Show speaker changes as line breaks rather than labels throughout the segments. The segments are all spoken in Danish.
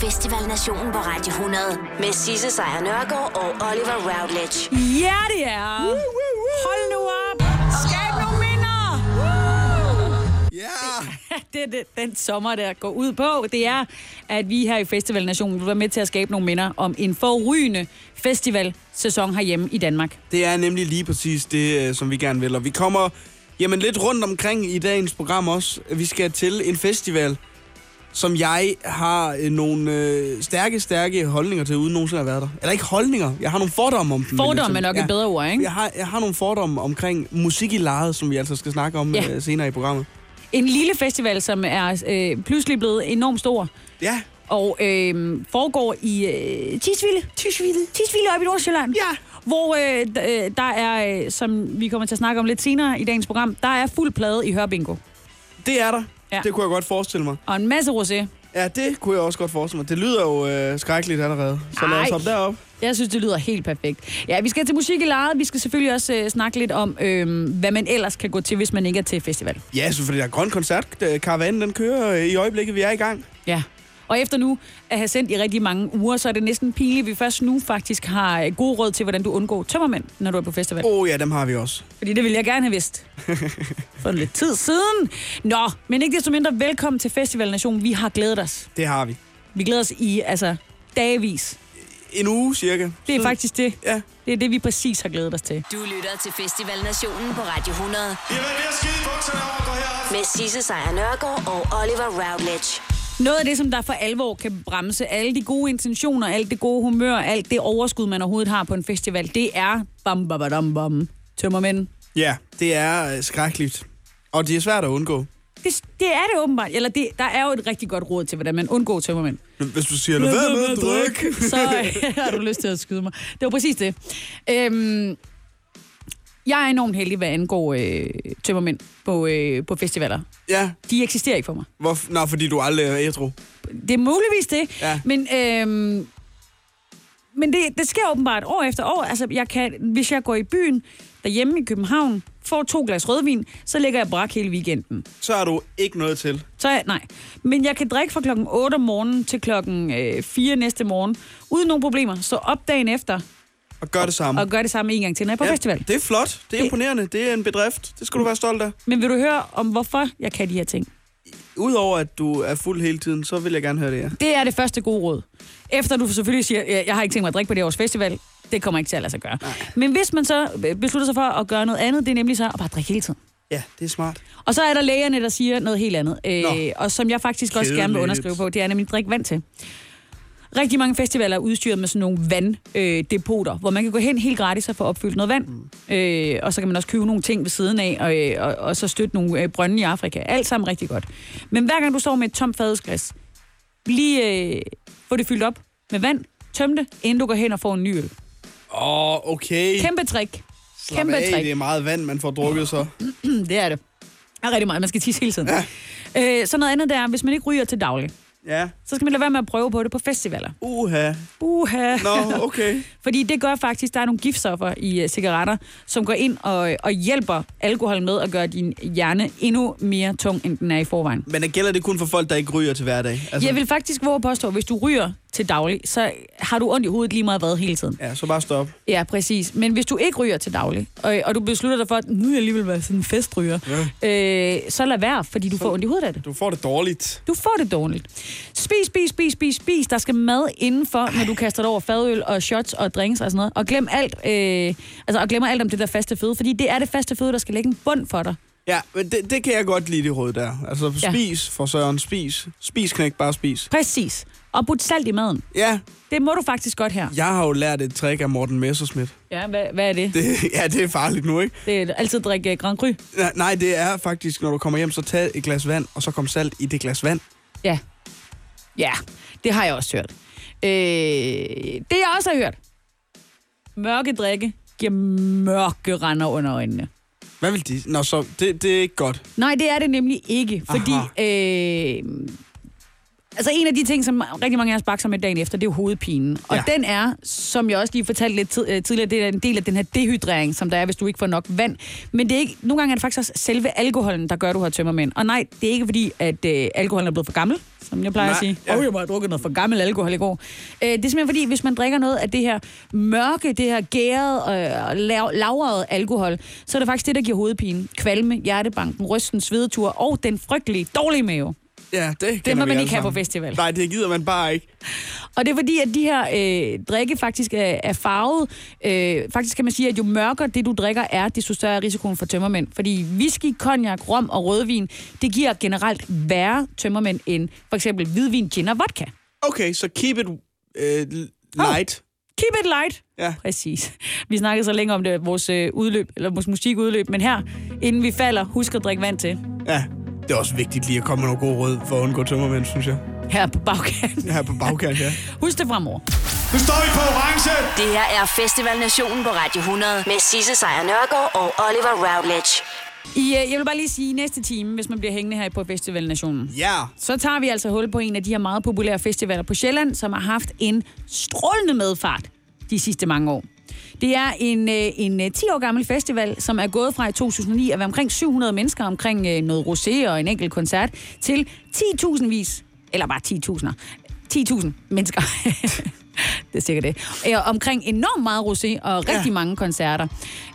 Festival Nationen på Radio 100 med Sisse Sejr Nørgaard og Oliver Routledge.
Ja, det er. Hold nu op. Skab nogle minder.
Ja!
Det er det, den sommer, der går ud på. Det er, at vi her i Festival Nationen vil være med til at skabe nogle minder om en forrygende festivalsæson herhjemme i Danmark.
Det er nemlig lige præcis det, øh, som vi gerne vil. Og vi kommer jamen, lidt rundt omkring i dagens program også. Vi skal til en festival, som jeg har øh, nogle øh, stærke, stærke holdninger til, uden nogensinde at have været der. Eller ikke holdninger, jeg har nogle fordomme om den. vil jeg
Fordomme
sige.
er nok et bedre ord, ikke?
Jeg har, jeg har nogle fordomme omkring musik i lejet, som vi altså skal snakke om
Ja.
ja. senere i programmet.
En lille festival, som er øh, pludselig blevet enormt stor.
Ja,
og øh, foregår i øh, Tisvilde. Tisvilde. Tisvilde oppe i Nordsjælland.
Ja.
Hvor øh, d- øh, der er, øh, som vi kommer til at snakke om lidt senere i dagens program, der er fuld plade i Hørbingo.
det er der.
Ja.
Ja. Det kunne jeg godt forestille mig.
Og en masse rosé.
Ja, det kunne jeg også godt forestille mig. Det lyder jo øh, skrækkeligt allerede. Så lad
Ej.
os hoppe derop.
Jeg synes, det lyder helt perfekt. Ja, vi skal til musik i lejet. Vi skal selvfølgelig også øh, snakke lidt om, øh, hvad man ellers kan gå til, hvis man ikke er til festival.
Ja, selvfølgelig. Der er grøn koncert. Øh, Karavanen, den kører øh, i øjeblikket. Vi er i gang.
Ja. Og efter nu at have sendt i rigtig mange uger, så er det næsten pinligt, at vi først nu faktisk har øh, gode råd til, hvordan du undgår tømmermænd, når du er på festival.
Åh oh, ja, dem har vi også.
Fordi det ville jeg gerne have vidst. For lidt tid siden. Nå, men ikke desto mindre, velkommen til Festival Nation. Vi har glædet os.
Det har vi.
Vi glæder os i, altså, dagevis.
En uge cirka.
Det er
Så-
faktisk det.
Ja.
Det er det, vi præcis har glædet os til.
Du lytter til Festival Nationen på Radio 100
Jeg er ved at skide i bukserne over og gå herop.
med Sisse Sejr Nørgaard og Oliver Routledge.
Noget af det, som der for alvor kan bremse alle de gode intentioner, alt det gode humør, alt det overskud, man overhovedet har på en festival, det er bam, bam, bam, bam, tømmermænd.
Ja, det er øh, skrækkeligt. Og det er svært at undgå.
Det, det er det åbenbart. Eller det, der er jo et rigtig godt råd til, hvordan man undgår tømmermænd.
Hvis du siger, lad være med at drikke.
Så øh, har du lyst til at skyde mig. Det var præcis det. Øhm, jeg er enormt heldig, hvad angår øh, tømmermænd på, øh, på festivaler.
Ja,
De eksisterer ikke for mig.
hvorfor? Nå, fordi du aldrig er ædru.
Det er muligvis det,
Ja.
men... Øhm, men det, det sker åbenbart år efter år. Altså, jeg kan, hvis jeg går i byen derhjemme i København, får to glas rødvin, så ligger jeg brak hele weekenden.
Så er du ikke noget til.
Så jeg, nej. Men jeg kan drikke fra klokken 8 om morgenen til klokken øh, 4 næste morgen, uden nogen problemer. Så op dagen efter,
Og gør det samme.
og gør det samme en gang til, når jeg er på ja.
Mm. ja,
festival.
Det er flot. Det er imponerende. Det er en bedrift. Det skal du være stolt af.
Men vil du høre om, hvorfor jeg kan de her ting?
Udover at du er fuld hele tiden, så vil jeg gerne høre det, ja.
Det er det første gode råd. Efter du selvfølgelig siger, "Ja, jeg har ikke tænkt mig at drikke på det års festival, det kommer ikke til at lade sig gøre. Nej. Men hvis man så øh, beslutter sig for at gøre noget andet, det er nemlig så at bare drikke hele tiden.
Ja, det er smart.
Og så er der lægerne, der siger noget helt andet, øh,
Nå.
og som jeg faktisk også gerne vil
Kedeligt.
underskrive på, det er nemlig drik vand til. Rigtig mange festivaler er udstyret med sådan nogle vanddepoter, øh, depoter, hvor man kan gå hen helt gratis og få opfyldt noget vand. Mm. Øh, og så kan man også købe nogle ting ved siden af, og, øh, og, og så støtte nogle øh, brønde i Afrika. Alt sammen rigtig godt. Men hver gang du står med et tomt fadelsglas, lige øh, få det fyldt op med vand, tøm det, inden du går hen og får en ny øl.
Åh, oh, okay.
Kæmpe trick.
Slap
kæmpe
af,
trick.
Det er meget vand, man får drukket så.
Mm, Det er det. Der er rigtig meget. Man skal tisse hele tiden. Ja. Øh, så noget andet der er, hvis man ikke ryger til daglig,
Ja.
så skal man lade være med at prøve på det på festivaler.
Uha.
Uha.
Nå, okay.
Fordi det gør faktisk, der er nogle giftstoffer i uh, cigaretter, som går ind og, og hjælper alkohol med at gøre din hjerne endnu mere tung, end den er i forvejen.
Men gælder det kun for folk, der ikke ryger til hverdag?
Altså... Jeg vil faktisk våge at påstå, at hvis du ryger til daglig, så har du ondt i hovedet lige meget hvad hele tiden.
Ja, så bare stop.
Ja, præcis. Men hvis du ikke ryger til daglig, og, og du beslutter dig for, at nu vil jeg alligevel være sådan en festryger, ja. øh, så lad være, fordi du så... får ondt i hovedet af det.
Du får det dårligt.
Du får det dårligt. Spis, spis, spis, spis, spis. Der skal mad indenfor, når du kaster dig over fadøl og shots og drinks og sådan noget. Og glem alt, øh, altså, og glemmer alt om det der faste føde, fordi det er det faste føde, der skal lægge en bund for dig.
Ja, men det, det kan jeg godt lide, det råd der. Altså,
Ja.
spis for søren, spis. Spis, knæk, bare spis.
Præcis. Og put salt i maden.
Ja,
Det må du faktisk godt her.
jeg har jo lært et trick af Morten Messerschmidt.
Ja, hvad, hvad er det?
Det, ja, det er farligt nu, ikke?
Det er altid drikke øh, Grand Cru.
Nej, Nej, det er faktisk, når du kommer hjem, så tag et glas vand, og så kom salt i det glas vand.
Ja. Ja, det har jeg også hørt. Øh, det jeg også har hørt. Mørke drikke giver mørke render under øjnene.
Hvad vil de? Nå, så det, det er ikke godt.
Nej, det er det nemlig ikke, fordi... Øh, altså en af de ting, som rigtig mange af os bakser med dagen efter, det er jo hovedpinen. Og ja.
Ja.
den er, som jeg også lige fortalte lidt tid, øh, tidligere, det er en del af den her dehydrering, som der er, hvis du ikke får nok vand. Men det er ikke, nogle gange er det faktisk også selve alkoholen, der gør, at du har tømmermænd. Og nej, det er ikke fordi, at øh, alkoholen er blevet for gammel, som som jeg plejer Nej,
Nej,
at sige. Åh,
ja.
ja. oh, jeg må have drukket noget for gammel alkohol i går. Øh, det er simpelthen fordi, hvis man drikker noget af det her mørke, det her gærede og øh, lav- lavrede alkohol, så er det faktisk det, der giver hovedpine. Kvalme, hjertebanken, rysten, svedetur og den frygtelige dårlige mave.
Ja, det
må
kender vi
man
alle
ikke have på
sammen.
festival.
Nej, det gider man bare ikke.
Og det er fordi, at de her øh, drikke faktisk er, er farvet. Øh, faktisk kan man sige, at jo mørkere det, du drikker, er, desto større er risikoen for tømmermænd. Fordi whisky, cognac, rom og rødvin, det giver generelt værre tømmermænd end for eksempel hvidvin, gin og vodka.
Okay, så keep it øh, light.
Keep it light.
Ja.
Præcis. Vi snakkede så længe om det, vores, øh, udløb, eller vores musikudløb, men her, inden vi falder, husk at drikke vand til.
Ja, det er også vigtigt lige at komme med nogle gode råd for at undgå tømmermænd, synes jeg.
Her på bagkanten.
Her på bagkant, ja.
Husk det fremover.
Nu står vi på orange.
Det her er Festival Nationen på Radio 100 med Sisse Sejr Nørgaard og Oliver Routledge.
I, øh, jeg vil bare lige sige, næste time, hvis man bliver hængende her på Festival Nationen,
Ja.
Så tager vi altså hul på en af de her meget populære festivaler på Sjælland, som har haft en strålende medfart de sidste mange år. Det er en, øh, en øh, 10 år gammel festival, som er gået fra i 2009 at være omkring 700 mennesker omkring øh, noget rosé og en enkelt koncert, til 10.000 vis, eller bare 10.000'er, 10.000 mennesker. det er sikkert det. Øh, omkring enormt meget rosé og rigtig ja. mange koncerter.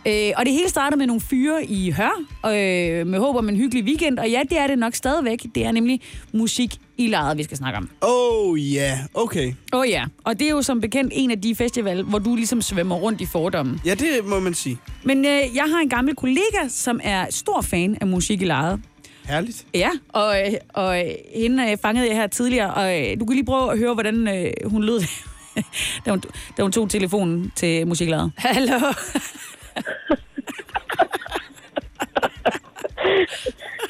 Øh, og det hele startede med nogle fyre i Hør, øh, med håb om en hyggelig weekend. Og ja, det er det nok stadigvæk. Det er nemlig musik i lejet, vi skal snakke om.
Oh ja, yeah. okay.
Åh oh, ja, og det er jo som bekendt en af de festival, hvor du ligesom svømmer rundt i fordommen.
Ja, det må man sige.
Men øh, jeg har en gammel kollega, som er stor fan af musik i lejet.
Herligt.
Ja, og, øh, og øh, hende øh, fangede jeg her tidligere, og øh, du kan lige prøve at høre, hvordan øh, hun lød, da, hun, da hun tog telefonen til musiklaget. Hallo?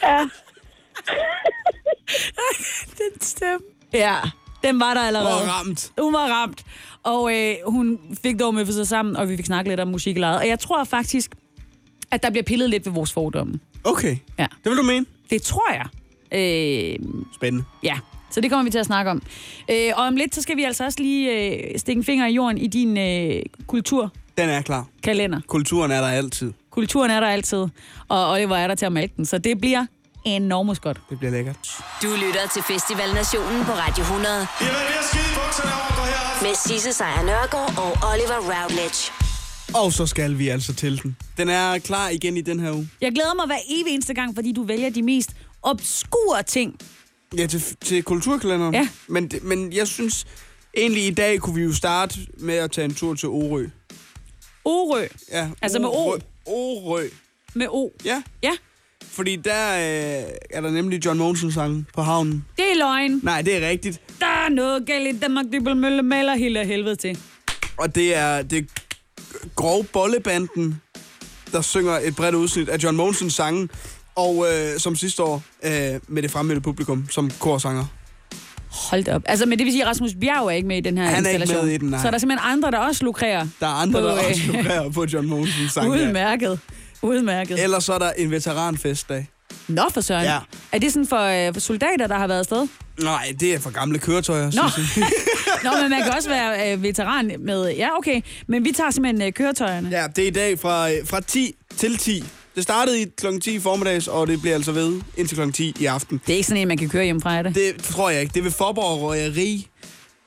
den stemme. Ja, den var der allerede.
Og ramt.
Hun var ramt. Og øh, hun fik dog med for sig sammen, og vi fik snakket lidt om musiklaget. Og jeg tror faktisk, at der bliver pillet lidt ved vores fordomme.
Okay.
Ja.
Det vil du mene?
Det tror jeg. Øh,
Spændende.
Ja, så det kommer vi til at snakke om. Øh, og om lidt, så skal vi altså også lige øh, stikke en finger i jorden i din øh, kulturkalender.
Den er klar. Kulturen er der altid.
Kulturen er der altid, og Oliver er der til at malke den, så det bliver enormt godt.
Det bliver lækkert.
Du lytter til Festival Nationen på Radio 100
I har været ved at skide i bukserne over og herop.
med Sisse Sejr Nørgaard og Oliver Routledge.
Og så skal vi altså til den. Den er klar igen i den her uge.
Jeg glæder mig hver evig eneste gang, fordi du vælger de mest obskure ting.
Ja, til, til kulturkalenderen.
Ja.
Men, det- men jeg synes, egentlig i dag kunne vi jo starte med at tage en tur til Orø.
Orø
Ja,
Altså med O?
Orø. Orø.
med O.
Ja,
Ja,
fordi der øh, er der nemlig John Monsen sang på havnen.
det er løgn.
Nej, det er rigtigt.
Der er noget galt i Danmark, Dybelmølle maler hele af helvede til.
Og det er det er grove bollebanden, der synger et bredt udsnit af John Monsens sange. Og øh, som sidste år øh, med det fremmødte publikum som korsanger.
Hold da op. Altså, men det vil sige, at Rasmus Bjerg er ikke med i den her
Han er ikke
installation.
med i den, nej.
Så er der simpelthen andre, der også lukrerer.
Der er andre,
på,
der
øh,
også lukrerer på John Monsens sang. Ja.
Udmærket. Udmærket.
Ellers så er der en veteranfestdag.
Nå, for søren.
Ja.
Er det sådan for, øh, for soldater, der har været afsted?
Nej, det er for gamle køretøjer,
Nå.
synes jeg.
Nå, men man kan også være øh, veteran med... Ja, okay. Men vi tager simpelthen øh, køretøjerne.
Ja, det er i dag fra, øh, fra 10 til 10. Det startede i kl. 10 i formiddags, og det bliver altså ved indtil kl. 10 i aften.
Det er ikke sådan en, man kan køre hjem fra, er det?
Det tror jeg ikke. Det er ved Forborg Røgeri.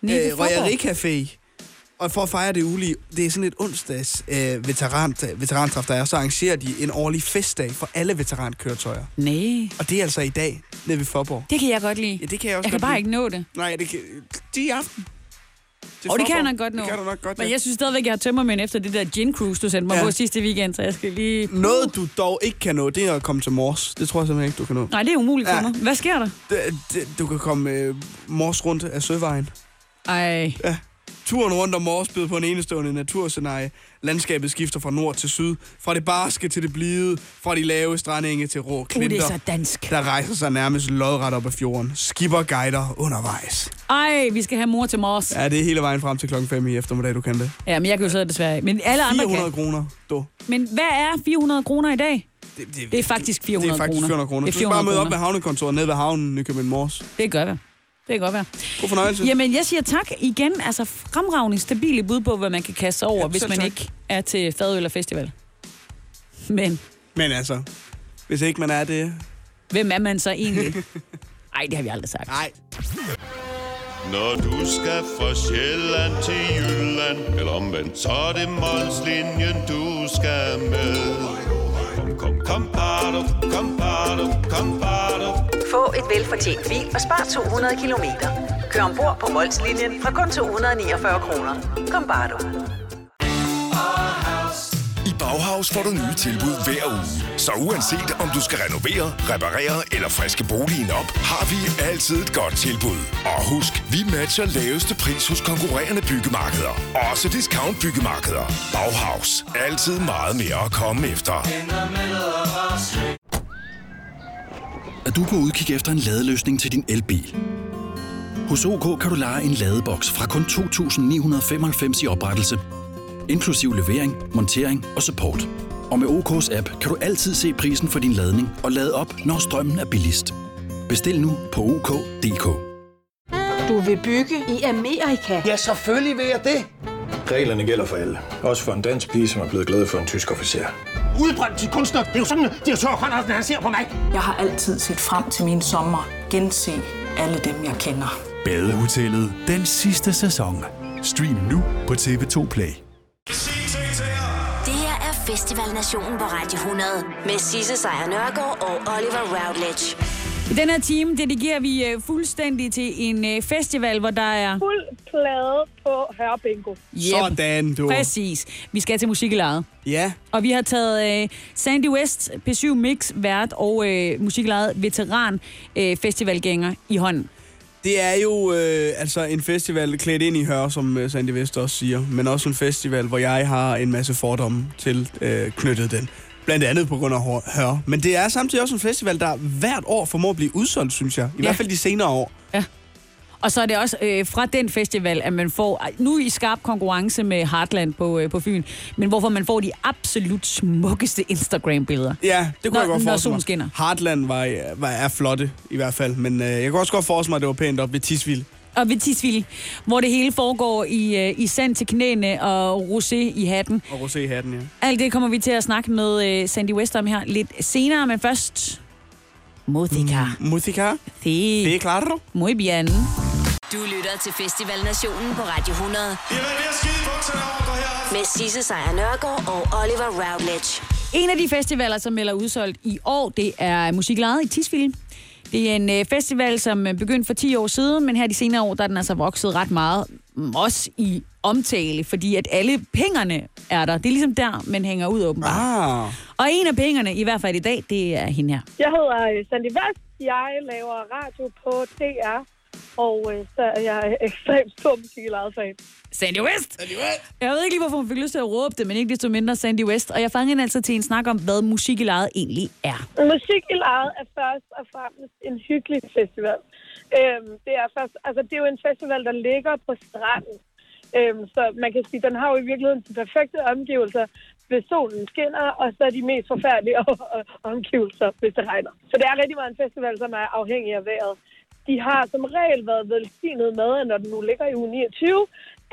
Nej, det er
Øh,
Forborg.
Røgeri-café. Og for at fejre det ulige, det er sådan et onsdags øh, veteran, veterantræf, der er, så arrangerer de en årlig festdag for alle veterankøretøjer.
Nej.
Og det er altså i dag, nede ved Forborg.
Det kan jeg godt lide.
Ja, det kan jeg også
jeg kan
godt
bare
lide.
ikke nå det.
Nej, det kan... Det er i aften. Det er
Og det kan
Forborg.
jeg nok godt nå.
Det kan du nok godt,
Men
ja.
jeg synes stadigvæk, jeg har tømmermænd efter det der gin cruise, du sendte mig
Ja.
ja. på sidste weekend, så jeg skal lige...
Noget, du dog ikke kan nå, det er at komme til Mors. Det tror jeg simpelthen ikke, du kan nå.
Nej, det er umuligt for
Ja.
mig. Hvad sker der?
Det- det- Du kan komme øh, Mors rundt af søvejen.
Ej.
Turen rundt om Mors byder på en enestående naturscenarie. Landskabet skifter fra nord til syd, fra det barske til det blide, fra de lave strandenge til rå
Uh, det er
klinter,
så dansk.
der rejser sig nærmest lodret op ad fjorden. Skipper guider undervejs.
Ej, vi skal have mor til mors. Ja,
Ja, det er hele vejen frem til klokken 5 i eftermiddag, du kan det.
ja men jeg kan jo sidde desværre ikke. Men alle andre
400
kan.
kroner, du.
Men hvad er 400 kroner i dag?
Det,
Det er faktisk 400
det er faktisk 400 kroner.
Det
Du
er
skal bare
400
møde op ved
kroner.
havnekontoret nede ved havnen, Nykøbing Mors.
Det gør vi. Det kan godt være.
God fornøjelse.
Jamen, jeg siger tak igen. Altså, fremragende, stabile bud på, hvad man kan kaste sig over,
Ja,
ja, hvis
selv
man
tak.
ikke er til Fadøl og Festival. Men
Men altså, hvis ikke man er det...
hvem er man så egentlig? Nej, det har vi aldrig sagt.
Nej.
Når du skal fra Sjælland til Jylland Eller omvendt, så er det Molslinjen, du skal med Kom, kom, kom, bado, kom, bado, kom, bado.
Få et velfortjent bil og spar 200 kilometer. Kør ombord på Molslinjen fra kun 249 kroner. Kom bare du.
I Bauhaus får du nye tilbud hver uge. Så uanset om du skal renovere, reparere eller friske boligen op, har vi altid et godt tilbud. Og husk, vi matcher laveste pris hos konkurrerende byggemarkeder. Også discount byggemarkeder. Bauhaus. Altid meget mere at komme efter.
Er du på udkig efter en ladeløsning til din elbil? Hos OK kan du lege en ladeboks fra kun 2.995 i oprettelse, inklusiv levering, montering og support. Og med OK's app kan du altid se prisen for din ladning og lade op, når strømmen er billigst. Bestil nu på OK.dk.
Du vil bygge i Amerika?
Ja, selvfølgelig vil jeg det. Reglerne gælder for alle. Også for en dansk pige, som er blevet glad for en tysk officer.
Udbrændt til kunstner. Det er jo sådan, at de har tørt, han ser på mig.
Jeg har altid set frem til min sommer. Gense alle dem, jeg kender.
Badehotellet den sidste sæson. Stream nu på TV2 Play.
Sig ting til her.
Det her er Festival Nationen på Radio 100 med Sisse Sejr Nørgaard og Oliver Routledge.
I den her time dedikerer vi øh, fuldstændig til en øh, festival, hvor der er...
fuld plade på Hørbingo.
Sådan, du.
Præcis. Vi skal til musikkelejet.
Ja,
Og vi har taget øh, Sandy West, P7 Mix, vært og øh, musikkelejet veteran øh, festivalgænger i hånden.
det er jo øh, altså en festival klædt ind i hør, som øh, Sandy Vest også siger. Men også en festival, hvor jeg har en masse fordomme til øh, knyttet den. Blandt andet på grund af hår- hør. Men det er samtidig også en festival, der hvert år formår at blive udsolgt, synes jeg. I ja. hvert fald de senere år.
Og så er det også øh, fra den festival, at man får, ej, nu i skarp konkurrence med Heartland på, øh, på Fyn, men hvorfor man får de absolut smukkeste Instagram-billeder.
Ja, det kunne
Når-
jeg godt
når
forestille
solen
mig.
skinner.
Heartland var, var, er flotte, i hvert fald. Men øh, jeg kunne også godt forestille mig, at det var pænt op ved Tisvild.
Og ved Tisvilde, hvor det hele foregår i, øh, i sand til knæene og rosé i hatten.
Og rosé i hatten, ja.
Alt det kommer vi til at snakke med øh, Sandy West om her lidt senere, men først... Mothika. Mm.
Musica, det er klart.
Muy bien.
Du lytter til Festival Nationen på Radio 100
I har været ved at skide i bukserne over på her.
med Sisse Sejr Nørgaard og Oliver Routledge.
En af de festivaler, som melder udsolgt i år, det er Musiklejet i Tisvilde. Det er en øh, festival, som øh, begyndte for 10 år siden, men her de senere år, der er den altså vokset ret meget. mm, Også i omtale, fordi at alle pengerne er der. Det er ligesom der, man hænger ud åbenbart.
Ah,
Og en af pengerne, i hvert fald i dag, det er hende her.
Jeg hedder øh, Sandy Vest. Jeg laver radio på DR. Og øh, så er jeg ekstremt stor musik i lejet fan.
Sandy West! Sandy West! Jeg ved ikke lige, hvorfor hun fik lyst til at råbe det, men ikke desto mindre Sandy West. Og jeg fangede hende altså til en snak om, hvad musik i lejet egentlig er.
Musik i lejet er først og fremmest en hyggelig festival. Øhm, det, er først, altså, det er jo en festival, der ligger på stranden. Øhm, så man kan sige, den har jo i virkeligheden de perfekte omgivelser, hvis solen skinner, og så de mest forfærdelige o- o- omgivelser, hvis det regner. Så det er rigtig meget en festival, som er afhængig af vejret. De har som regel været velsignet med, at når den nu ligger i uge 29,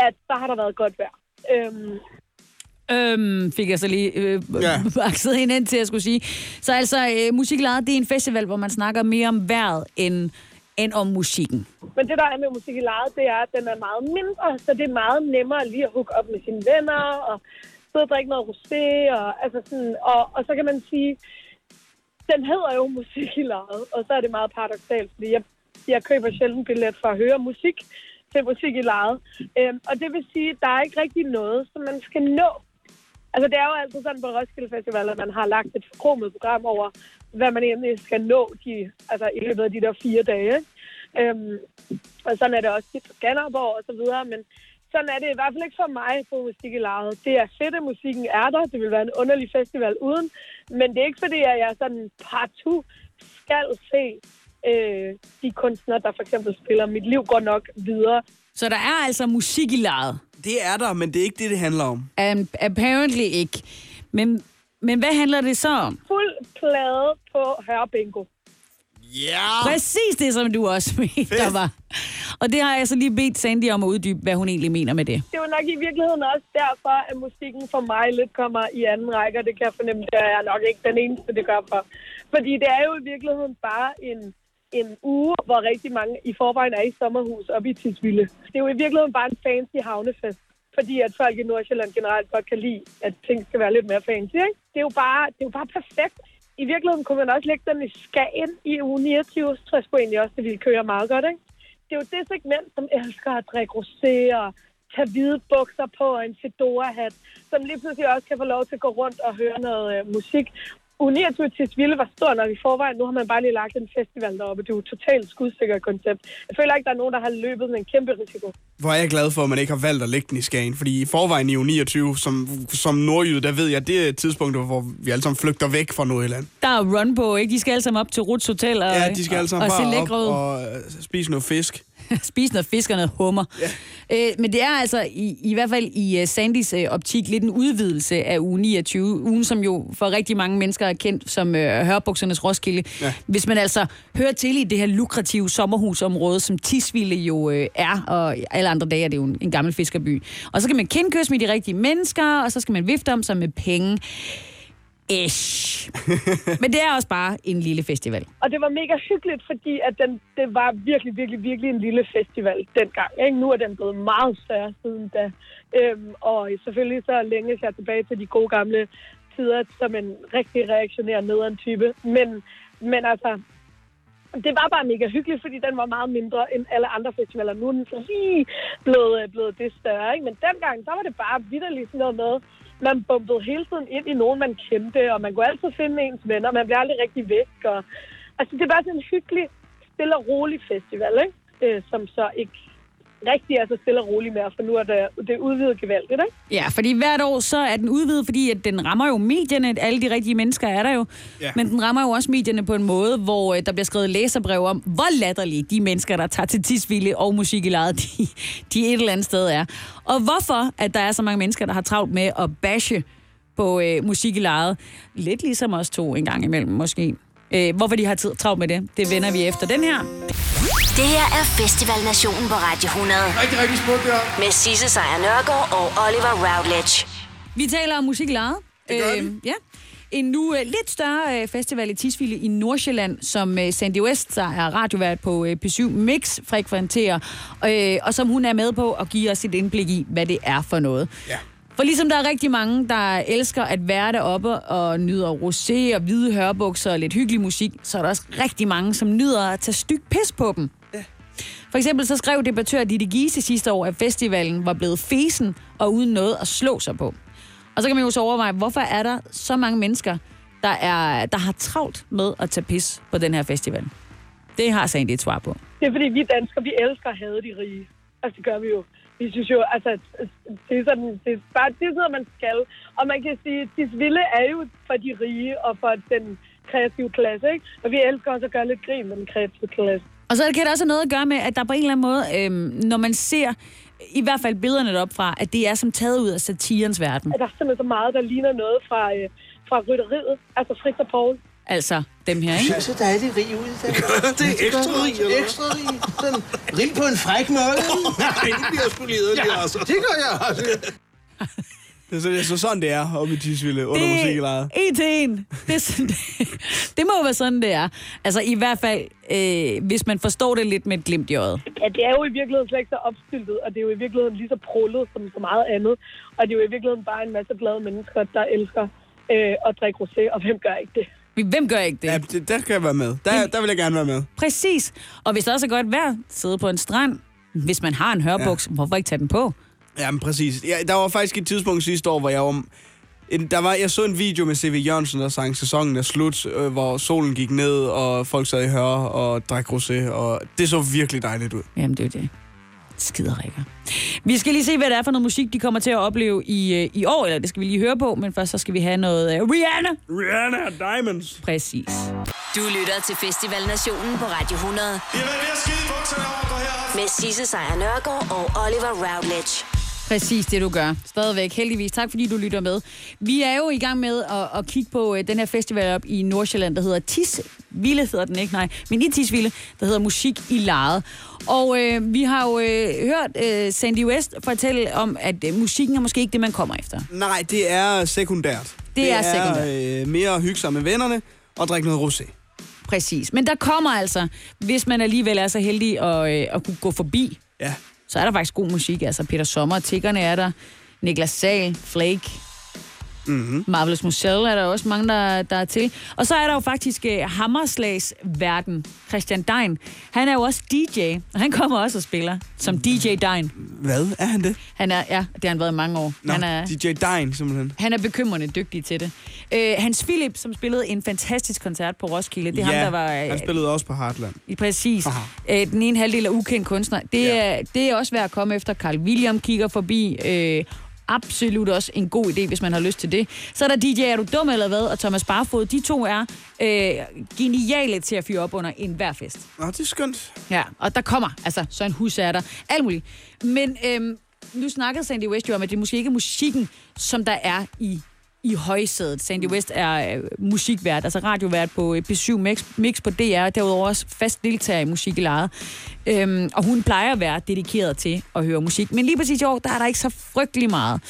at så har der været godt vejr. Øhm,
Øhm, fik jeg så lige øh,
Ja.
ja. bakset hende ind til, at skulle sige. Så altså, øh, Musiklejet, det er en festival, hvor man snakker mere om vejret end, end om musikken.
Men det, der er med musik i lejet, det er, at den er meget mindre, så det er meget nemmere lige at hooke op med sine venner, og sidde og drikke noget rosé, og, altså sådan, og, og så kan man sige, den hedder jo musik i lejet, og så er det meget paradoxalt, fordi jeg, jeg køber sjældent billet for at høre musik til musik i lejet. Øhm, og det vil sige, at der er ikke rigtig noget, som man skal nå. Altså, det er jo altid sådan på Roskilde Festival, at man har lagt et forkromet program over, hvad man egentlig skal nå de, altså, i løbet af de der fire dage. ikke? Øhm, og sådan er det også tit på Skanderborg og så videre, men sådan er det i hvert fald ikke for mig på musik i lejet. Det er fedt, at musikken er der. Det vil være en underlig festival uden. Men det er ikke fordi, at jeg sådan partout skal se øh, de kunstnere, der for eksempel spiller Mit liv går nok videre.
Så der er altså musik i lejet.
det er der, men det er ikke det, det handler om.
Um, apparently ikke. Men, men hvad handler det så om?
Fuld plade på Hørbingo.
Ja!
Præcis det, som du også mente, der var. Og det har jeg så lige bedt Sandy om at uddybe, hvad hun egentlig mener med det.
det er jo nok i virkeligheden også derfor, at musikken for mig lidt kommer i anden række, og det kan jeg fornemme, at jeg er nok ikke den eneste, det gør for. Fordi det er jo i virkeligheden bare en en uge, hvor rigtig mange i forvejen er i sommerhus oppe i Tisvilde. Det er jo i virkeligheden bare en fancy havnefest fordi at folk i Nordsjælland generelt godt kan lide, at ting skal være lidt mere fancy, ikke? Det er jo bare, det er jo bare perfekt. I virkeligheden kunne man også lægge den i Skagen i uge 29, så tror jeg sgu egentlig også, det ville køre meget godt, ikke? Det er jo det segment, som elsker at drikke rosé og tage hvide bukser på og en fedora-hat, som lige pludselig også kan få lov til at gå rundt og høre noget øh, musik. Uge 29 til Tisvilde var stor nok i forvejen. Nu har man bare lige lagt en festival deroppe. Det er jo et totalt skudsikkert koncept. Jeg føler ikke, der er nogen, der har løbet med en kæmpe risiko.
Hvor er jeg glad for, at man ikke har valgt at lægge den i Skagen. Fordi i forvejen i uge 29, som, som nordjyde, der ved jeg, det er tidspunktet, hvor vi alle sammen flygter væk fra Nordjylland.
Der er run på, ikke? De skal alle sammen op til Ruts Hotel og,
Ja, de skal alle sammen
og, og se
bare op
lækre ud.
og øh, spise noget fisk.
spise noget fisk og noget hummer. Ja. Øh, men det er altså i, i hvert fald i uh, Sandys uh, optik lidt en udvidelse af uge 29. Ugen, som jo for rigtig mange mennesker er kendt som uh, hørbuksernes Roskilde. Ja. Hvis man altså hører til i det her lukrative sommerhusområde, som Tisvilde jo uh, er, og alle andre dage er det jo en, en gammel fiskerby. Og så kan man kendkysse med de rigtige mennesker, og så skal man vifte om sig med penge. Ish. Men det er også bare en lille festival.
Og det var mega hyggeligt, fordi at den, det var virkelig, virkelig, virkelig en lille festival dengang. Ikke? Nu er den blevet meget større siden da. Øhm, og selvfølgelig så længes jeg tilbage til de gode gamle tider, som en rigtig reaktionær nederen type. Men, men altså, det var bare mega hyggeligt, fordi den var meget mindre end alle andre festivaler. Nu er den så lige blevet, øh, blevet det større, ikke? Men dengang, der var det bare vidderligt sådan noget med, man bumpede hele tiden ind i nogen, man kendte, og man kunne altid finde ens venner, man blev aldrig rigtig væk. Og... Altså, det var sådan en hyggelig, stille og rolig festival, ikke? Øh, som så ikke rigtig er så stille og rolig mere, for nu er det, det er udvidet gevaldigt, ikke?
Ja, fordi hvert år så er den udvidet, fordi at den rammer jo medierne. at Alle de rigtige mennesker er der jo.
Ja.
Ja. Men den rammer jo også medierne på en måde, hvor øh, der bliver skrevet læserbrev om, hvor latterlige de mennesker, der tager til Tisvilde og musik i lejet, de, de et eller andet sted er. Og hvorfor, at der er så mange mennesker, der har travlt med at bashe på øh, musik i lejet. Lidt ligesom os to en gang imellem, måske. Øh, hvorfor de har tid- travlt med det, det vender vi efter den her.
Det her er Festival Nationen på Radio 100. Rigtig, rigtig smukt, ja. Med Sisse Sejr Nørgaard og Oliver Routledge.
Vi taler om musik i lejet. Øh, ja. En nu øh, lidt større øh, festival i Tisvilde i Nordsjælland, som øh, Sandy West, der er radiovært på øh, P7 Mix, frekventerer, øh, og som hun er med på at give os et indblik i, hvad det er for noget. Ja. For ligesom der er rigtig mange, der elsker at være deroppe og nyder rosé og hvide hørbukser og lidt hyggelig musik, så er der også rigtig mange, som nyder at tage styk pis på dem. For eksempel så skrev debattør Ditte Giese sidste år, at festivalen var blevet fesen og uden noget at slå sig på. Og så kan man jo så overveje, hvorfor er der så mange mennesker, der, er, der har travlt med at tage pis på den her festival? Det har Sandy et svar på.
Det er fordi, vi danskere, vi elsker at have de rige. Altså, det gør vi jo. Vi synes jo, altså, det er sådan, det er bare det er sådan, noget, man skal. Og man kan sige, at vilde er jo for de rige og for den kreative klasse, ikke? Og vi elsker også at gøre lidt grin med den kreative klasse.
Og så kan det også have noget at gøre med, at der på en eller anden måde, øhm, når man ser i hvert fald billederne deroppe fra, at det er som taget ud af satirens verden.
At der er simpelthen så meget, der ligner noget fra, øh, fra rytteriet, altså Fritz og Paul.
Altså dem her, ikke?
Så der er det rig ude. Der.
Det er ekstra rig, eller hvad?
Ekstra rig. Sådan rig på en fræk måde. Nej, det bliver sgu liderligt, ja, altså. det gør jeg. altså.
Det er så, det er så sådan, det er oppe i Tisvilde under
Det-
musiklejret.
En til en. Det, er sådan, det, det må jo være sådan, det er. Altså i hvert fald, øh, hvis man forstår det lidt med et glimt i øjet.
Ja, det er jo i virkeligheden slet ikke så opstyltet, og det er jo i virkeligheden lige så prullet som så meget andet. Og det er jo i virkeligheden bare en masse glade mennesker, der elsker øh, at drikke rosé, og hvem gør ikke det?
Hvem gør ikke det?
Ja, det, der kan jeg være med. Der, der vil jeg gerne være med.
Præcis. Og hvis der også er godt vejr, sidde på en strand. Hvis man har en hørbuks, ja. hvorfor ikke tage den på?
Jamen præcis. Ja, der var faktisk et tidspunkt sidste år, hvor jeg var... en- Der var, jeg så en video med C.V. Jørgensen, der sang Sæsonen er slut, øh, hvor solen gik ned, og folk sad i høre og drak rosé, og det så virkelig dejligt ud.
Jamen, det er det. Skiderikker. Vi skal lige se, hvad det er for noget musik, de kommer til at opleve i, øh, i år, eller det skal vi lige høre på, men først så skal vi have noget øh, Rihanna.
Rihanna Diamonds.
Præcis.
Du lytter til Festival Nationen på Radio 100. Med Sisse Sejr Nørgaard og Oliver Routledge.
Præcis det, du gør. Stadigvæk. Heldigvis. Tak, fordi du lytter med. Vi er jo i gang med at, at kigge på øh, den her festival op i Nordsjælland, der hedder Tisvilde, hedder den ikke, nej, men i Tisvilde, der hedder Musik i Lejet. Og øh, vi har jo øh, hørt øh, Sandy West fortælle om, at øh, musikken er måske ikke det, man kommer efter.
Nej, det er sekundært.
Det er sekundært.
Øh, mere at hygge sig med vennerne og drikke noget rosé.
Præcis. Men der kommer altså, hvis man alligevel er så heldig at, øh, at kunne gå forbi,
ja.
så er der faktisk god musik. Altså Peter Sommer, Tiggerne er der, Niklas Sal, Flake,
Mm-hmm.
Marvelous Museum er der også mange, der, der er til. Og så er der jo faktisk uh, Hammerslags verden, Christian Dein. Han er jo også DJ, og han kommer også og spiller som DJ Dein.
Hvad er han det?
Han er, ja, det har han været i mange år.
Nå,
han er,
DJ Dine, simpelthen.
han er bekymrende dygtig til det. Uh, Hans Philip, som spillede en fantastisk koncert på Roskilde, det er
ja,
ham, der var... øh,
han spillede også på Heartland.
i præcis. Øh, den ene halvdel er ukendt kunstner. Det, ja. er, det er også værd at komme efter. Carl William kigger forbi. Øh, absolut også en god idé, hvis man har lyst til det. Så er der DJ Er Du Dum Eller Hvad? og Thomas Barfod. De to er øh, geniale til at fyre op under enhver fest.
Nå, det er skønt.
Ja, og der kommer, altså, så en hus er der, alt muligt. Men øhm, nu snakkede Sandy West jo om, at det måske ikke er musikken, som der er i, i højsædet. Sandy West er øh, musikvært, altså radiovært på øh, P7 Mix, Mix på DR, og derudover også fast deltager i musik i lejet. Øhm, og hun plejer at være dedikeret til at høre musik. Men lige præcis i år, der er der ikke så frygtelig meget.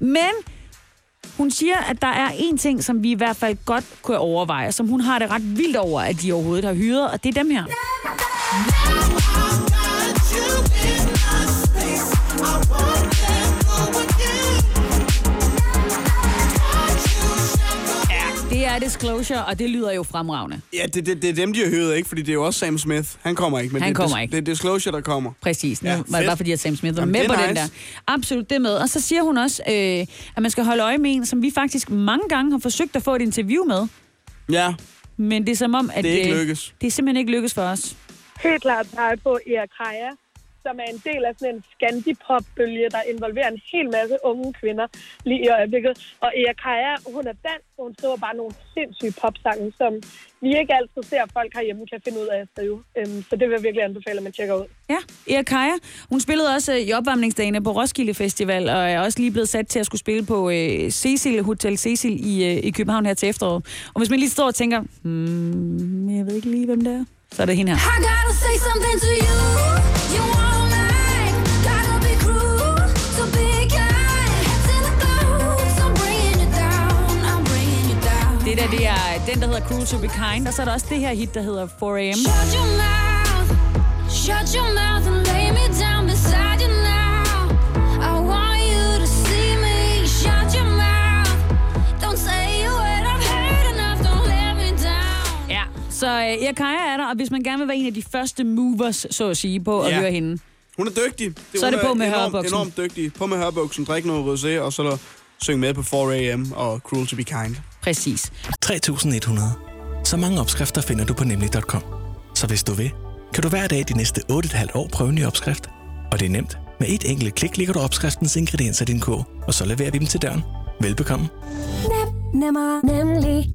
Men hun siger, at der er en ting, som vi i hvert fald godt kunne overveje, som hun har det ret vildt over, at de overhovedet har hyret, og det er dem her. Ja, det er Disclosure, og det lyder jo fremragende.
Ja, det, det, det er dem, de har hørt, ikke? Fordi det er jo også Sam Smith. Han kommer ikke, men
Han
det, er
kommer
dis-
ikke.
det er Disclosure, der kommer.
Præcis. Nu ja,
Ja,
var det
fedt.
bare fordi, at Sam Smith var
Jamen,
med
det
på
er
den der.
nice.
Absolut det med. Og så siger hun også, øh, at man skal holde øje med en, som vi faktisk mange gange har forsøgt at få et interview med.
Ja,
Men det er som om, at
Det er ikke
øh,
lykkes.
det er simpelthen ikke lykkes for os.
helt klart pege på Ea Kaja, som er en del af sådan en scandi-pop-bølge, der involverer en hel masse unge kvinder lige i øjeblikket. Og Ea Kaja, hun er dansk, og hun skriver bare nogle sindssyge popsange, som vi ikke altid ser, at folk herhjemme kan finde ud af at skrive. Øhm, Så det vil jeg virkelig anbefale, at man tjekker ud.
Ja, Ea Kaja. Hun spillede også øh, i opvarmningsdagene på Roskilde Festival, og er også lige blevet sat til at skulle spille på øh, Cecil, Hotel Cecil i, øh, i København her til efteråret. Og hvis man lige står og tænker, hmm, jeg ved ikke lige, hvem det er, så er det hende her.
I gotta say something to you. You all night. Gotta be cruel, so be kind. Heads in the clouds, I'm bringing you down. I'm bringing you down.
Det der, det er den, der hedder Cruel to be Kind, og så er der også det her hit, der hedder 4AM.
Shut your mouth. Shut your mouth and lay me down beside you now. I want you to see me. Shut your mouth. Don't say a word. I've heard enough. Don't let me down.
Ja, så øh, Ea Kaja er der, og hvis man gerne vil være en af de første movers, så at sige, på at
Ja.
høre hende.
Hun er dygtig.
Så er det
hun
på med
enormt,
høreboksen.
enormt dygtig. På med hørbuksen, drik noget rosé, og så der synge med på 4am og Cruel to be kind.
Præcis.
3.100. Så mange opskrifter finder du på nemlig.com. Så hvis du vil, kan du hver dag de næste 8,5 år prøve en ny opskrift. Og det er nemt. Med et enkelt klik ligger du opskriftens ingredienser i din kog, og så leverer vi dem til døren. Velbekomme.
Nem, nemmer, nemlig.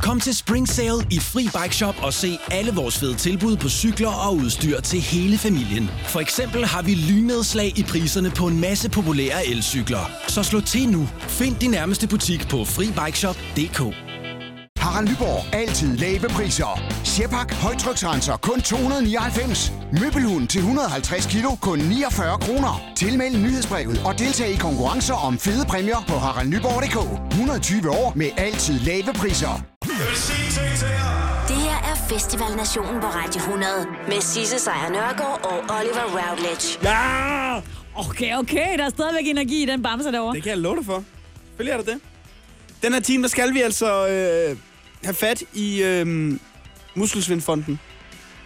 Kom til Spring Sale i Fri Bike Shop og se alle vores fede tilbud på cykler og udstyr til hele familien. For eksempel har vi lynedslag i priserne på en masse populære elcykler. Så slå til nu. Find din nærmeste butik på FriBikeShop.dk
Harald Nyborg. Altid lave priser. Sjehpak. Højtryksrenser. Kun 299. Møbelhund til 150 kilo. Kun 49 kroner. Tilmeld nyhedsbrevet og deltag i konkurrencer om fede præmier på haraldnyborg.dk. 120 år med altid lave priser.
Det her er Festival Nationen på Radio 100 med Sisse Sejr Nørgaard og Oliver Routledge.
Ja!
Okay, okay, der er stadigvæk energi i den bamse derovre.
Det kan jeg love dig for. Selvfølgelig er der det. Den her time, der skal vi altså øh, have fat i øh, Muskelsvindfonden.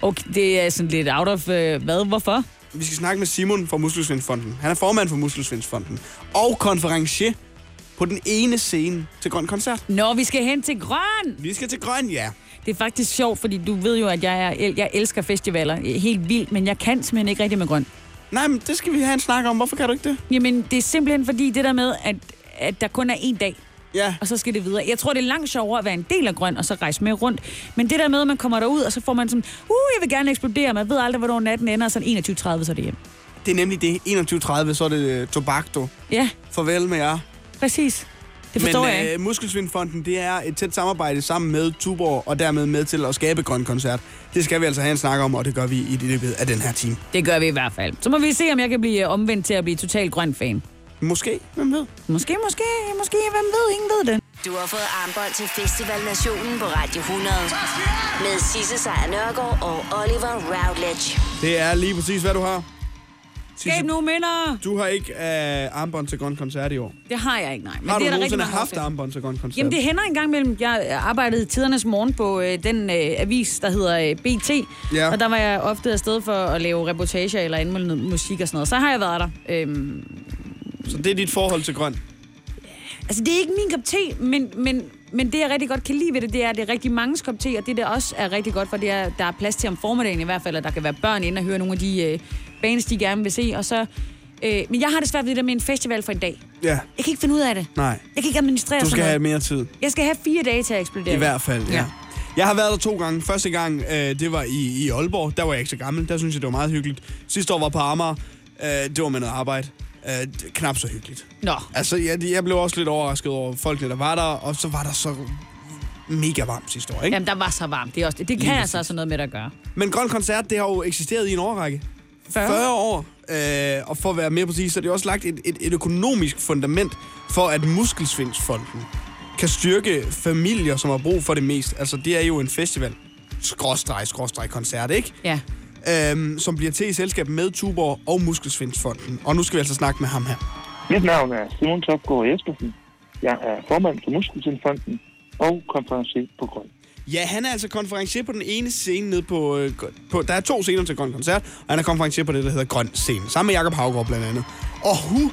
Okay, det er sådan lidt out of øh, hvad, hvorfor?
Vi skal snakke med Simon fra Muskelsvindfonden. Han er formand for Muskelsvindfonden og konferencier på den ene scene til Grøn Koncert.
Når vi skal hen til Grøn!
Vi skal til Grøn, ja.
Det er faktisk sjovt, fordi du ved jo, at jeg, er, el- jeg elsker festivaler øh, helt vildt, men jeg kan simpelthen ikke rigtig med Grøn.
Nej, men det skal vi have en snak om. Hvorfor kan du ikke det?
Jamen, det er simpelthen fordi det der med, at, at der kun er en dag.
Ja.
Og så skal det videre. Jeg tror, det er langt sjovere at være en del af grøn, og så rejse med rundt. Men det der med, at man kommer derud, og så får man sådan, uh, jeg vil gerne eksplodere, man ved aldrig, hvornår natten ender, og sådan 21.30, så er det hjem.
Det er nemlig det. 21.30, så er det øh, tobak, du.
Ja,
Farvel med jer.
præcis. Det Det forstår
Men,
jeg ikke.
Øh, Muskelsvindfonden, det er et tæt samarbejde sammen med Tuborg, og dermed med til at skabe Grøn Koncert. Det skal vi altså have en snak om, og det gør vi i løbet af den her time.
Det gør vi i hvert fald. Så må vi se, om jeg kan blive øh, omvendt til at blive total grøn fan.
Måske, hvem ved?
Måske, måske, måske, hvem ved, ingen ved det.
Du har fået armbånd til Festival Nationen på Radio 100. Med Sisse Sejr Nørgaard og Oliver Routledge.
Det er lige præcis, hvad du har.
Skab nu minder!
Du har ikke øh, armbånd til Grøn Koncert i år.
Det har jeg ikke, nej. Men
har
det
du
er der rigtig
nogensinde
mange
haft
årsager.
armbånd til Grøn Koncert?
Jamen, det hænder en gang imellem. Jeg arbejdede i tidernes morgen på øh, den øh, avis, der hedder øh, BT.
Ja.
Og der var jeg ofte afsted for at lave reportager eller anmelde noget musik og sådan noget. Så har jeg været der. Øhm,
Så det er dit forhold til Grøn?
altså, det er ikke min kop te, men, men, men det, jeg rigtig godt kan lide ved det, det er, at det er rigtig mange kop te. Og det, der også er rigtig godt for, det er, at der er plads til om formiddagen i hvert fald, og der kan være børn inde og høre nogle af de øh, bands, de gerne vil se. Og så, øh, men jeg har det svært ved det der med en festival for en dag.
Ja,
Jeg kan ikke finde ud af det.
nej.
Jeg kan ikke administrere
Du
sådan
skal have
noget.
mere tid.
Jeg skal have fire dage til at eksplodere.
I hvert fald, ja. ja. Jeg har været der to gange. Første gang, øh, det var i, i Aalborg. Der var jeg ikke så gammel. Der synes jeg, det var meget hyggeligt. Sidste år var på Amager. Øh, det var med noget arbejde. Øh, det- knap så hyggeligt.
Nå.
Altså, jeg, jeg blev også lidt overrasket over folkene, der var der. Og så var der så mega varmt sidste år, ikke?
Jamen, der var så varmt. Det, er også, det, det
Lige
kan
præcis.
altså også noget med det at gøre.
Men Grøn Koncert, det har jo eksisteret i en årrække.
40.
40 år. Øh, og for at være mere præcis, så er det også lagt et, et, et økonomisk fundament for, at Muskelsvindsfonden kan styrke familier, som har brug for det mest. Altså, det er jo en festival. Skråstreg, skråstreg koncert, ikke?
Ja.
Øhm, som bliver til i selskab med Tuborg og Muskelsvindsfonden. Og nu skal vi altså snakke med ham her.
Mit navn er Simon Topgaard Jespersen. Jeg er formand for Muskelsindfonden og konferencier på Grøn.
Ja, han er altså konferencier på den ene scene nede på, øh, på... Der er to scener til Grøn Koncert, og han er konferencier på det, der hedder Grøn Scene. Sammen med Jakob Havgaard blandt andet. Og hu,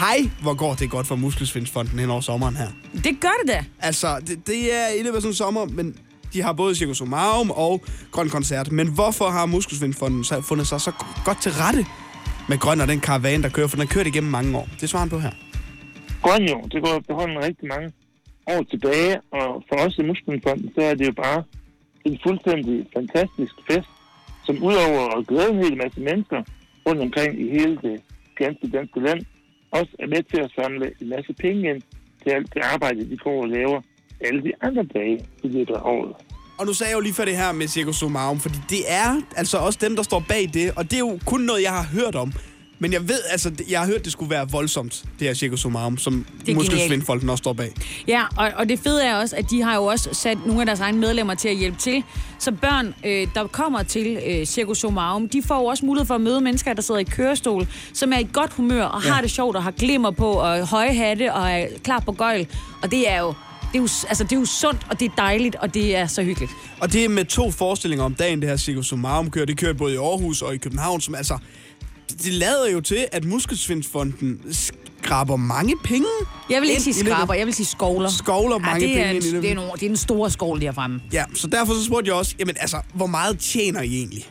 hej, hvor går det godt for Muskelsvindsfonden hen over sommeren her.
Det gør det da.
Altså, det, det er i løbet af sådan en sommer, men de har både Circus Sumarum og Grøn Koncert. Men hvorfor har Muskelsvindfonden så fundet sig så godt til rette med Grøn og den karavane, der kører? For den har kørt igennem mange år. Det svarer han på her.
Grøn jo, det går efterhånden rigtig mange år tilbage, og for os i Muskelsindfonden, så er det jo bare en fuldstændig fantastisk fest, som udover at glæde en hel masse mennesker rundt omkring i hele det ganske danske land, også er med til at samle en masse penge ind til alt det arbejde, de går og laver alle de andre dage i løbet af året.
Og nu sagde jeg jo lige før det her med Circus Sumarum, fordi det er altså også dem, der står bag det, og det er jo kun noget, jeg har hørt om. Men jeg ved, altså, det- jeg har hørt, det skulle være voldsomt, det her Circus Sumarum, som
er
muskelsvindfolken også står bag.
Ja, og, og det fede er også, at de har jo også sat nogle af deres egne medlemmer til at hjælpe til. Så børn, øh, der kommer til øh, Circus Somarum, de får jo også mulighed for at møde mennesker, der sidder i kørestol, som er i godt humør og
Ja.
har det sjovt og har glimmer på og høje hatte og er klar på gøjl. Og det er jo, det er jo, s- altså, det er jo sundt, og det er dejligt, og det er så hyggeligt.
Og det er med to forestillinger om dagen, det her Circus Sumarum kører. Det kører både i Aarhus og i København, som altså... det- Det lader jo til, at Muskelsvindfonden skraber mange penge.
Jeg vil ikke
ind
sige
i det.
skraber, jeg vil sige skovler.
Skovler
ja,
mange
det er,
penge
en,
ind i det.
det, er en, det er den store skovl, de har fremme.
Ja, så derfor så spurgte jeg også, jamen altså, hvor meget tjener I egentlig?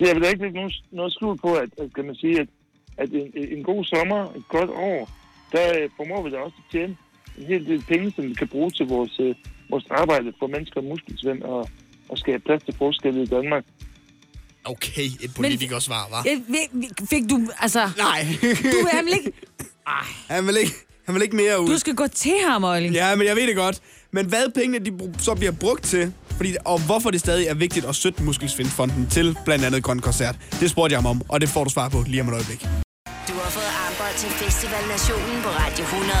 Jeg vil da ikke lægge nogen, noget skjul på, at, at kan man sige, at, at en, en god sommer, et godt år, der øh, formår vi da også at tjene en hel del penge, som vi kan bruge til vores, øh, vores arbejde for mennesker og muskelsvind og, og skabe plads til forskel i Danmark.
Okay, et politikersvar, hva'?
Jeg, fik du, altså...
Nej.
du er vel ikke...
Han vil ikke, han vil ikke mere ud.
Du skal gå til ham, Olli.
Ja, men jeg ved det godt. Men hvad pengene de br- så bliver brugt til, fordi, og hvorfor det stadig er vigtigt at støtte Muskelsvindfonden til blandt andet Grøn Koncert, det spurgte jeg ham om, og det får du svar på lige om et øjeblik.
Du har fået armbånd til Festival Nationen på Radio 100.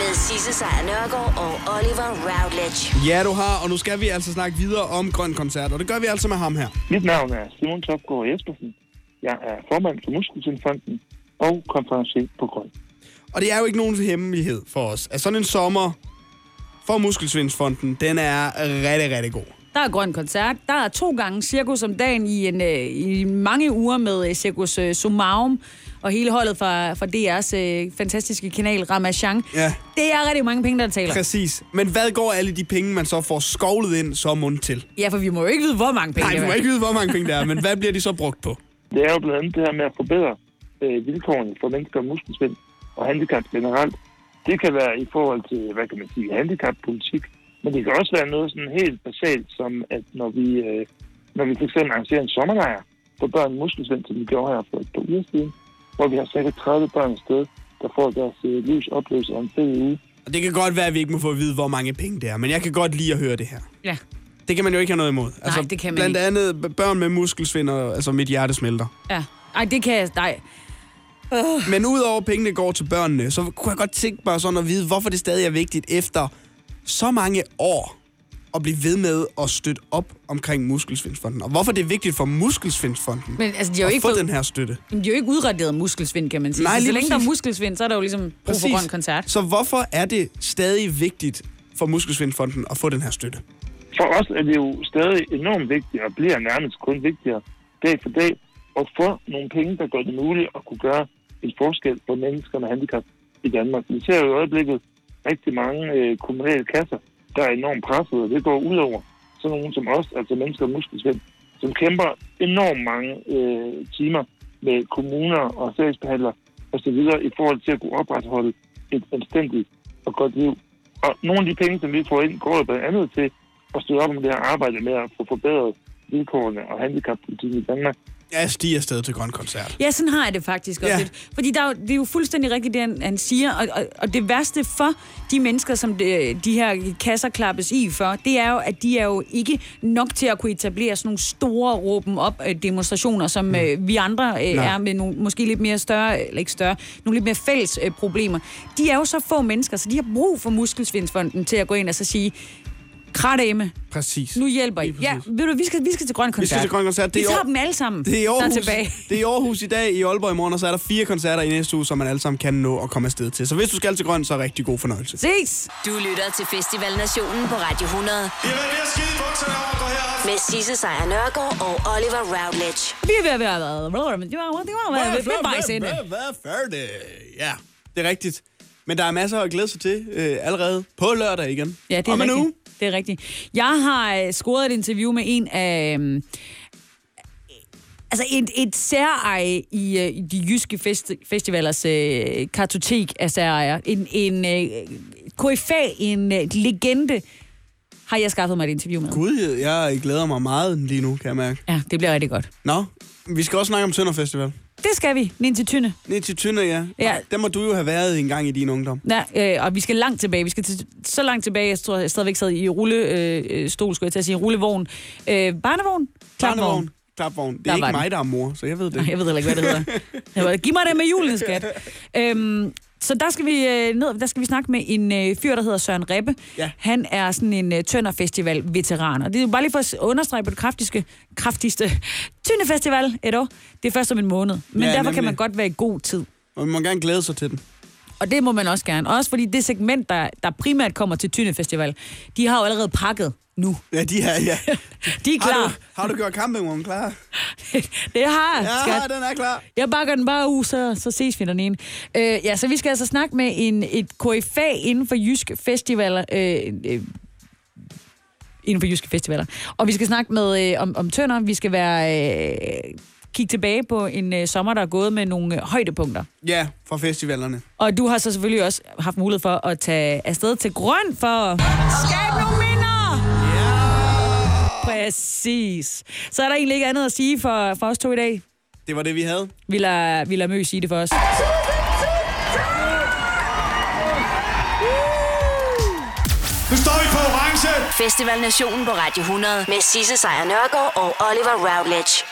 Med Sisse Sejr Nørgaard og Oliver Routledge.
Ja, du har, og nu skal vi altså snakke videre om Grøn Koncert, og det gør vi altså med ham her.
Mit navn er Simon Topgaard Jespersen. Jeg er formand for Muskelsvindfonden og konferencier på Grøn.
Og det er jo ikke nogen hemmelighed for os, at sådan en sommer for Muskelsvindfonden, den er rigtig, rigtig god.
Der er grøn koncert. Der er to gange cirkus om dagen i, en, øh, i mange uger med øh, cirkus øh, Sumarum og hele holdet fra, fra DR's øh, fantastiske kanal Ramachan.
Ja.
Det er rigtig mange penge, der taler.
Præcis. Men hvad går alle de penge, man så får skovlet ind så mund til?
Ja, for vi må jo ikke vide, hvor mange penge
Nej,
det
du må
er.
ikke vide, hvor mange penge der er, men hvad bliver de så brugt på?
Det er jo blandt andet det her med at forbedre øh, vilkårene for mennesker med muskelsvind og handicap generelt. Det kan være i forhold til, hvad kan man sige, handicappolitik, men det kan også være noget sådan helt basalt, som at når vi, øh, når vi fx arrangerer en sommerlejr for børn med muskelsvind, som vi gjorde her for et par uger siden, hvor vi har cirka 30 børn afsted, der får deres øh, livs oplevelse om en fed uge,
Og det kan godt være, at vi ikke må få at vide, hvor mange penge det er, men jeg kan godt lide at høre det her.
Ja.
Det kan man jo ikke have noget imod. Altså,
Nej, det kan man
blandt
ikke.
andet b- børn med muskelsvinder, altså mit hjerte smelter.
Ja. Ej, det kan jeg... Nej.
Men udover at pengene går til børnene, så kunne jeg godt tænke mig sådan at vide, hvorfor det stadig er vigtigt efter så mange år at blive ved med at støtte op omkring Muskelsvindsfonden. Og hvorfor det er vigtigt for Muskelsvindsfonden
Men altså, de har jo
at
ikke
få
fået-
den her støtte.
Jamen, de er jo ikke udraderet muskelsvind, kan man sige.
Nej,
så, så
lige
længe der er
præcis.
muskelsvind, så er der jo ligesom brug for grøn koncert.
Så hvorfor er det stadig vigtigt for Muskelsvindfonden at få den her støtte?
For os er det jo stadig enormt vigtigt, og bliver nærmest kun vigtigere dag for dag, at få nogle penge, der gør det muligt at kunne gøre en forskel for mennesker med handicap i Danmark. Vi ser jo i øjeblikket rigtig mange øh, kommunale kasser, der er enormt presset, og det går ud over sådan nogen som os, altså mennesker med muskelsvind, som kæmper enormt mange øh, timer med kommuner og sagsbehandlere osv. i forhold til at kunne opretholde et anstændigt og godt liv. Og nogle af de penge, som vi får ind, går jo blandt andet til at støtte op om det her arbejde med at få forbedret vilkårene og handicappolitikken i Danmark.
Jeg stiger stadig til grøn koncert.
Ja, sådan har jeg det faktisk også ja.
Ja.
lidt. Fordi der er, jo- det er jo fuldstændig rigtigt, det han, han siger. Og, og, og det værste for de mennesker, som det, øh, de her kasser klappes i for, det er jo, at de er jo ikke nok til at kunne etablere sådan nogle store råben op øh, demonstrationer, som øh, vi andre øh,
Nej.
er med nogle måske lidt mere større, eller ikke større, nogle lidt mere fælles øh, problemer. De er jo så få mennesker, så de har brug for Muskelsvindsfonden til at gå ind og så sige, kratæme,
Præcis.
nu hjælper I. Ja, ved du, vi skal, vi skal til grøn koncert.
Vi skal til grøn koncert.
Vi
i
tager
Aar-
dem alle sammen,
Det er i
der
Aarhus.
er tilbage.
Det er i Aarhus i dag, i Aalborg i morgen, og så er der fire koncerter i næste uge, som man alle sammen kan nå at komme afsted til. Så hvis du skal til grøn, så rigtig god fornøjelse.
Ses!
Du lytter til Festival Nationen på Radio 100. Med Sisse Sejr Nørgaard og Oliver Routledge.
Vi er ved at være... Det var, det var, det var, det var vejs ende.
Hvad færdig? Ja, det er rigtigt. Men der er masser at glæde sig til øh, allerede på lørdag igen.
Ja, det er
Om en
rigtigt.
uge.
Det er rigtigt. Jeg har øh, scoret et interview med en af... øhm, Altså et, et særeje i, øh, i de jyske festi- festivalers øh, kartotek af særejer. En, en øh, KFA, en øh, legende, har jeg skaffet mig et interview med.
Gud, jeg glæder mig meget lige nu, kan jeg mærke.
Ja, det bliver rigtig godt.
Nå, vi skal også snakke om Tønder Festival.
Det skal vi, ned til Tynde.
Ned til Tønder, ja.
Ja.
Der må du jo have været en gang i din ungdom.
Ja, øh, og vi skal langt tilbage. Vi skal til, så langt tilbage, jeg tror, jeg stadigvæk sad i rullestol, øh, stol, skulle jeg til at sige, rullevogn. Øh, barnevogn?
Barnevogn. Klapvogn. Det er
Der
ikke
var den.
mig, der er mor, så jeg ved det.
Nej, jeg ved heller ikke, hvad det hedder. Jeg var, Giv mig det med julen, skat. Øhm, så der skal, vi, øh, ned, der skal vi snakke med en øh, fyr, der hedder Søren Rebbe.
Ja.
Han er sådan en øh, Tønder-festival-veteran. Og det er jo bare lige for at understrege på det kraftigste, kraftigste Tønder-festival et år. Det er først om en måned. Men
Ja,
ja, derfor nemlig. kan
nemlig.
man godt være i god tid.
Og man må gerne glæde sig til den.
Og det må man også gerne. Også fordi det segment, der, der primært kommer til Tyne Festival, de har jo allerede pakket nu.
Ja, de er, ja.
de er
Har
klar.
du, har du gjort campingvognen klar?
Det har jeg,
Ja,
skat.
den er klar.
Jeg bakker den bare ud, så, så ses vi den ene. Øh, ja, så vi skal altså snakke med en, et KFA inden for Jysk Festivaler. Øh, øh, inden for Jyske Festivaler. Og vi skal snakke med øh, om, om tønder. Vi skal være øh, kigge tilbage på en øh, sommer, der er gået med nogle øh, højdepunkter.
Ja, fra festivalerne.
Og du har så selvfølgelig også haft mulighed for at tage afsted til Grøn for at skabe nogle minder. Ja. Præcis. Så er der egentlig ikke andet at sige for, for os to i dag.
Det var det, vi havde.
Vi lader, vi lader Mø sige det for os.
Nu står vi på orange.
Festival Nationen på Radio 100. Med Sisse Sejr Nørgaard og Oliver Routledge.